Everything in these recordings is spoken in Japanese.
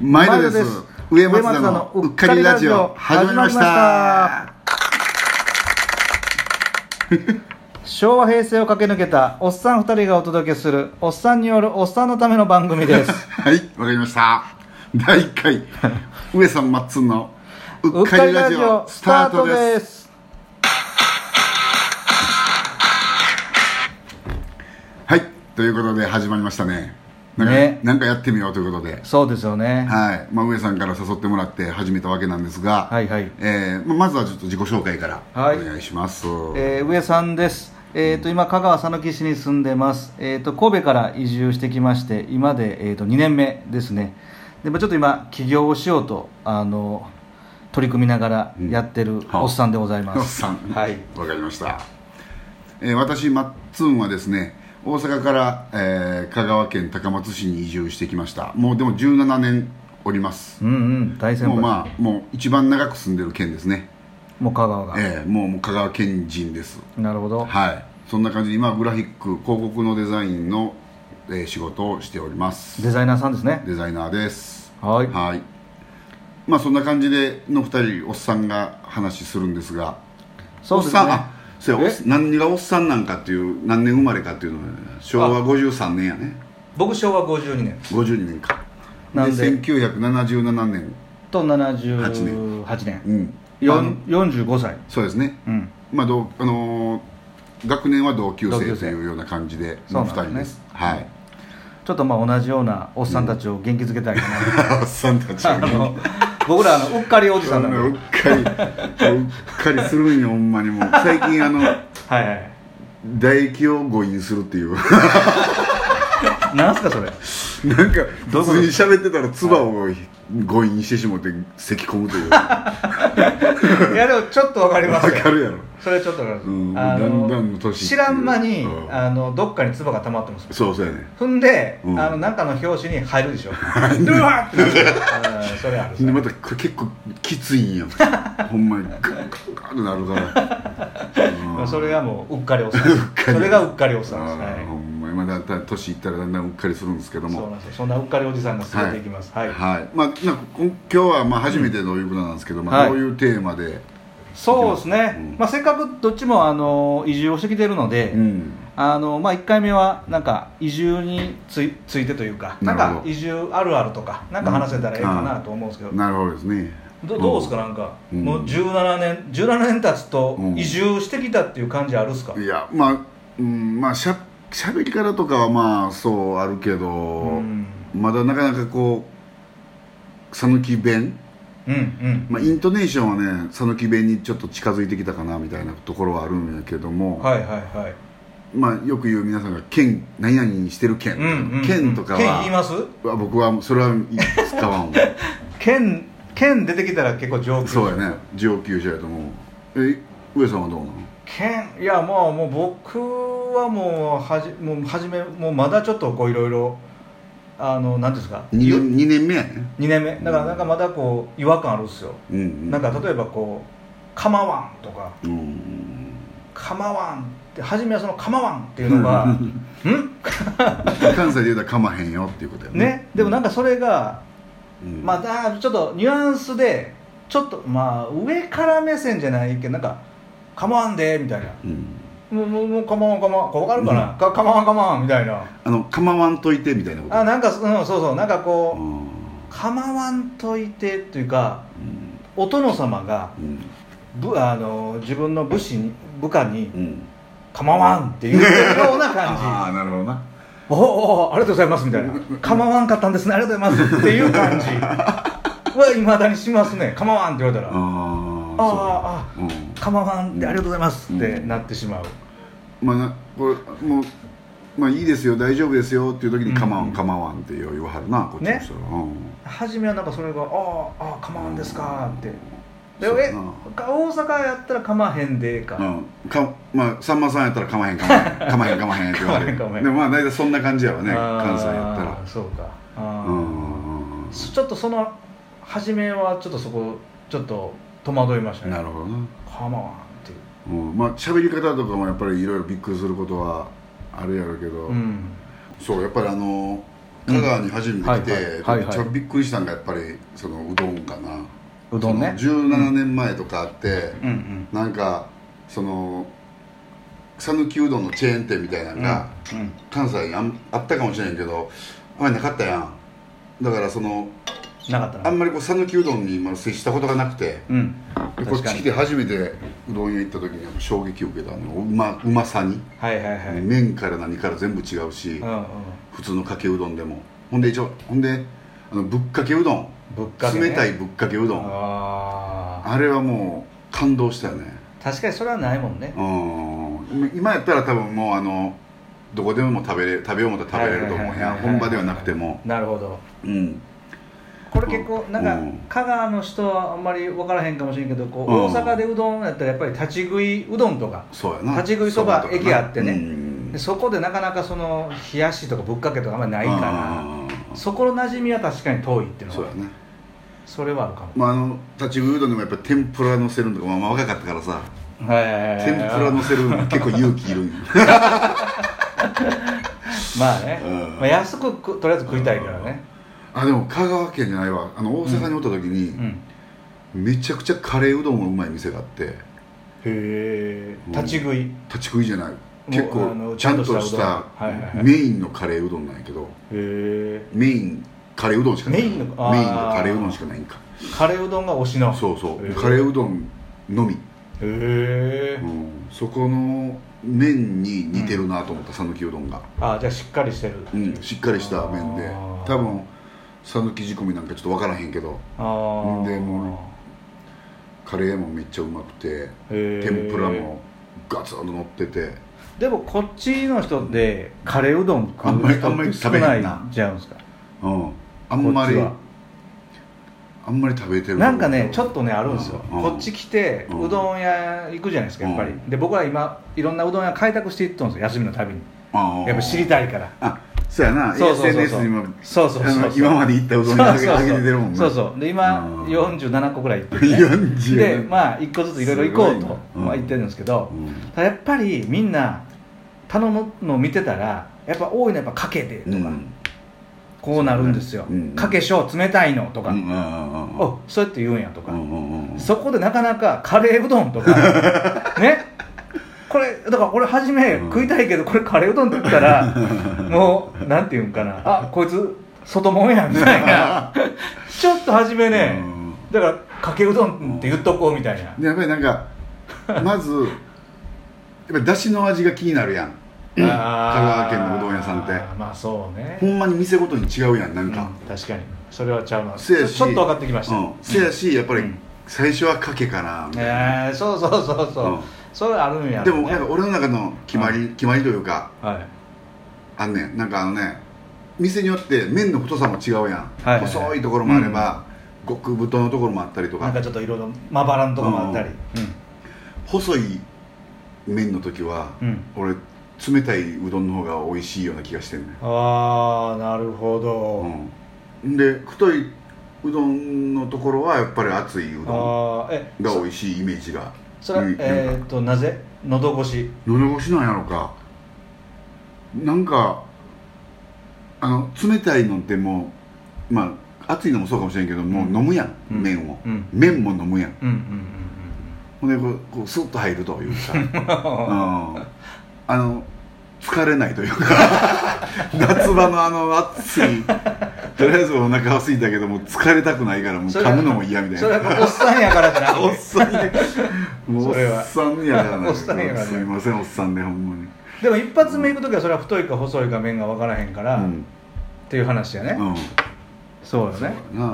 毎度です毎度です上松田のうっかりラジオ始まりました昭和平成を駆け抜けたおっさん2人がお届けするおっさんによるおっさんのための番組ですはいわかりました第1回上さんまっつんのう うっっかかりりララジジオオススタータートトでですすはいということで始まりましたねなんかねなんかやってみようということでそうですよねはい、まあ、上さんから誘ってもらって始めたわけなんですが、はいはいえーまあまずはちょっと自己紹介からおはい願いします、えー上さんです、えー、と今香川さぬき市に住んでます、えー、と神戸から移住してきまして今で、えー、と2年目ですねで、まあ、ちょっと今起業をしようとあの取り組みながらやってるはあおっさんでございおまっ す、さんはいわかりました、えー私マッツンはですね大阪から、えー香川県高松市に移住してきましたもうでも17年おりますうんうん大先輩もうもう,、まあもう一番長く住んでる県ですね、香川が、えーもうもう香川県人ですなるほどはいそんな感じで今はグラフィック広告のデザインの、えー仕事をしておりますデザイナーさんですねデザイナーですはいはいまあそんな感じでの2人おっさんが話するんですがそうですおっさんねあそうやおっえ何がおっさんなんかっていう何年生まれかっていうのは昭和53年やね僕昭和52年52年かでなんで1977年と78 78う年んあの四45歳そうですねうんまあどうあのー学年は同級同級生生というような感じでそうなん二ですね人ですはい ちょっとまあ同じようなおっさんたちを元気づけたいか な、おっさんたちあの僕らあのうっかりおじさんなんでうっかりうっかりするんよほんまにもう最近あのはいはい唾液を誤飲するっていう なんすかそれなんかどういうこと普通に喋ってたら唾を誤飲してしもって咳込むというわいやでもちょっとわかりますよかるやろそれはちょっとわかります、うんあのだんだんの年知らん間に、うんあのどっかに唾が溜まってますそうそうやね踏んで、うんあのなんかの表紙に入るでしょうわっってなる うんそれあるでまたこれ結構きついん よほんまにグッグッグッとなるから、うまあん それがもううっかりおっさんかりそれがうっかりおっさんです、あーほはんまにまあだんだん年いったらだんだんうっかりするんですけどい、そうもなんですよそんなうっかりおじさんが進めていきますははい、いまあ、なんかこん今日はまあ初めてということなんですけど、まはあ、いどういうテーマで、そうですね、うんまあ、せっかくどっちもあの移住をしてきてるので、うんあのまあ、1回目はなんか移住についついてというかなんなるかほど移住あるあるとかなんか話せたらええかなと思うんですけど、なるほどですねどどうですかかなんか、うんもう17年17年経つとうん移住してきたっていう感じあるっすか、いやまあ、うん、まあしゃしゃべり方とかはまあそうあるけど、うん、まだなかなかこう讃岐弁、うんうんまあ、イントネーションはね讃岐弁にちょっと近づいてきたかなみたいなところはあるんやけども、はいはいはいまあ、よく言う皆さんが「県何々にしてる県」うんうんうん県とか県言いはますは僕はもうそれは使わ んわ県県出てきたら結構上級そうやね上級者やと思うえ上さんはどうなの県いやもうもう僕はもうはじもう初めもうまだちょっとこういろいろあの何ですか 2, ゆ年二年目やね二年目だからなんかまだこう違和感あるっすよ、うんうんなんか例えばこう「かまわん」とかうん「かまわん」って初めはその「かまわん」っていうの が「ん?」関西で言うたらかまへんよっていうことやねねでもなんかそれがうんまだちょっとニュアンスでちょっとまあ上から目線じゃないけどなんか「かまわんで」みたいなうん「もうもうもうかまわんかまわん」こうわかるかな「かかまわんかまわん」みたいな。あのかまわんといてみたいなことあなんか、うん、そうそうなんかうこんう構わんといてというかうんお殿様がうんぶあの自分の武士に部下にうん「構わん」って言ってるようなああ感じなるほどな「おおおありがとうございます」みたいな「構わんかったんですねありがとうございます」っていう感じはいまだにしますね「構わん」って言われたらあああそうだうん「構わん」って「ありがとうございます」ってなってしまう、まあなこれもうまあいいですよ大丈夫ですよっていう時に「うんかまわんかまわん」ってよう言わはるなこっちの人は、初めはなんかそれが「ああああ構わんですか」ってでそうやえなか大阪やったら「かまへんで」か、うん、うんかまあさんまさんやったら「かまへんかまへん」 「かまへんかまへん」って言われるかまへんかまへんでもまあ大体そんな感じやわねあー関西やったらそうかあうーんうんうんちょっとその初めはちょっとそこちょっと戸惑いましたねなるほどな、かまわんっていううん、まあ喋り方とかもやっぱりいろいろびっくりすることはあるやろうけど、うんそうやっぱりあの香川に初めて来て、うんはいはいはいはいちょっとびっくりしたのがやっぱりそのうどんかなうどんねその17年前とかあって、うんうんなんかその讃岐うどんのチェーン店みたいなのが、うん関西にあんあったかもしれんけどあんまりなかったやんだからそのなかったあなんまりこう讃岐うどんに今接したことがなくてうんでこっ確かち来にて初めてうどん屋行った時にやっぱ衝撃を受けたあのうまうまさに、はいはいはいうん麺から何から全部違うし、うん普通のかけうどんでもほんで一応ほんであのぶっかけうどんぶっかけね冷たいぶっかけうどんああれはもう感動したよねー確かにそれはないもんねうん今やったら多分もうあのどこでも食べれ食べようもったら食べれると思うやん本場ではなくてもなるほどうんこれ結構なんかうん香川の人はあんまり分からへんかもしれんけどこううん大阪でうどんやったらやっぱり立ち食いうどんとかそうやな立ち食いそば駅あってねうんでそこでなかなかその冷やしとかぶっかけとかあんまりないかうらんそこの馴染みは確かに遠いっていうのそうはやねそれはあるかもまああの立ち食いうどんでもやっぱ天ぷらのせるのとかまあまあ若かったからさ天天ぷらのせるの結構勇気い るんよまあね、うんまあ、安くくとりあえず食いたいからねあでも香川県じゃないわあの大阪におった時に、うんめちゃくちゃカレーうどんがうまい店があってへえ立ち食い立ち食いじゃない結あの構ちゃんとしちたゃんとしたうどんはいはいはいメインのカレーうどんなんやけどへメインカレーうどんしかないメインのあーメインのカレーうどんしかないんかえカレーうどんが推しのそうそう、へえカレーうどんのみ、へえうんそこの麺に似てるなと思った讃岐、うどんが、あじゃあしっかりしてるうん、しっかりした麺であー多分讃岐仕込みなんかちょっと分からへんけどああでもカレーもめっちゃうまくてへえ天ぷらもガツンと乗っててでもこっちの人でカレーうどん食あんまうりあんま人り少食べへんなないじゃうんですかうんあんまりこっちはあんまり食べてるなんかねちょっとねあるんですよ、うんこっち来てうんうどん屋行くじゃないですかやっぱり、うんで僕ら今いろんなうどん屋開拓していっとるんですよ休みのたびにああやっぱ知りたいからあそうやなそうそうそうそう SNS にもそうそうそうそうあの今まで行ったうどんにあげそうそうそうあげてるもんねそうそうで今うん47個ぐらい行 ってて、 40でまあ1個ずついろいろ行こうすごいとな、うんまあ、言ってるんですけど、うんただやっぱりみんな頼むのを見てたらやっぱ多いのはやっぱかけてとか、うんこうなるんですよ、うんかけしょう冷たいのとか、うんうんうんうんおそうやって言うんやとか、うんうんうんそこでなかなかカレーうどんと かねこれだから俺初めうん食いたいけどこれカレーうどんって言ったら もうなんていうんかなあこいつ外もんやみた いなちょっと初めうねんだからかけうどんって言っとこうみたいなでやっぱりなんかまずやっぱりだしの味が気になるやん香川県のうどん屋さんってまあそうねほんまに店ごとに違うやんなんか、うん確かにそれはちゃうなちせょやちしょっと分かってきました、うん、せやしやっぱりうん最初はかけかなみたいな、えーそうそうそうそう、うんそれあるんやでろうもねなんか俺の中の決まり、決まりというかはいあんねんなんかあのね店によって麺の太さも違うやん、はいはいはい細いところもあれば、極太のところもあったりとなかんかちょっといろいろまばらんとこもあったり、細い麺の時は、うん俺冷たいうどんの方が美味しいような気がしてんねんああなるほど、うん、で太いうどんのところはやっぱり熱いうどああえんが美味しいイメージがそそれはうんえーっとなぜ喉越し喉越しなんやろかなんかあの冷たいのってもうまあ熱いのもそうかもしれんけどもう飲むやん、うん麺を、うん麺も飲むやんうんうんほんでこうこうスッと入るという か、うんうんうん、あの疲れないというか 夏場のあの暑いとりあえずお腹は空いたけどもう疲れたくないからもう 噛むのも嫌みたそいれなはおっさんやからじゃな おっくてさんやもうおそれはっさんやからなおっさんやからなすいませんおっさんでほんまにでも一発目行く時はそれは太いか細いか面が分からへんから、うんっていう話やね、うんそうよねなあ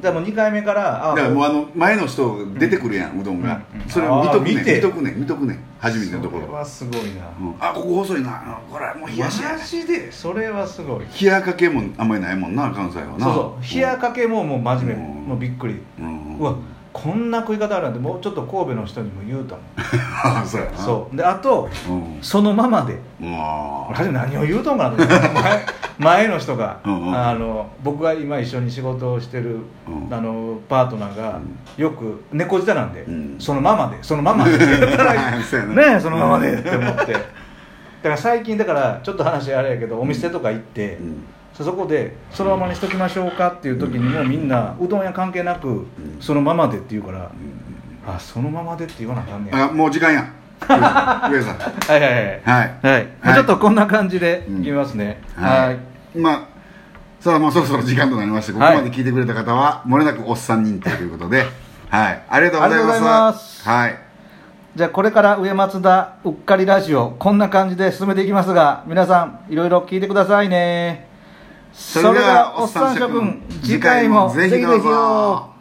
でも2回目からあだからもうあの前の人出てくるやんうどんがうんうんそれを見とくねあー見て見とくね見とくね初めてのとこそれろはすごいな、うんあここ細いなあこれはもう冷やしやマジでそれはすごい冷やかけもあんまりないもんな関西はなそうそう冷やかけももう真面目、うんもうびっくり、うんうわこんな食い方あるなんてもうちょっと神戸の人にも言うと思あ そうやうなそうであとうんそのままでうんあ俺初め何を言うとんかなと思って前前の人が、うんうんあの僕が今一緒に仕事をしてる、うんあのパートナーが、よく猫舌なんで、うんそのままでその ままでねーそうやなえそのままでって思ってだから最近だからちょっと話あれやけどお店とか行って、うんそこでそのままにしときましょうかっていう時にもうみんなうどん屋関係なくそのままでって言うから、あそのままでって言わなあかんねやあもう時間 や上さんはいはいはいはいはい、はいちょっとこんな感じでいきますね、ははいい、まあさあもうそろそろ時間となりましてここはいまで聞いてくれた方はもれなくおっさん認定ということで、はい、ありがとうございますありがとうございますはい、じゃあこれから上松田うっかりラジオこんな感じで進めていきますが皆さんいろいろ聞いてくださいねそれではおっさん諸君次回もぜぜひひどぜうひよぞ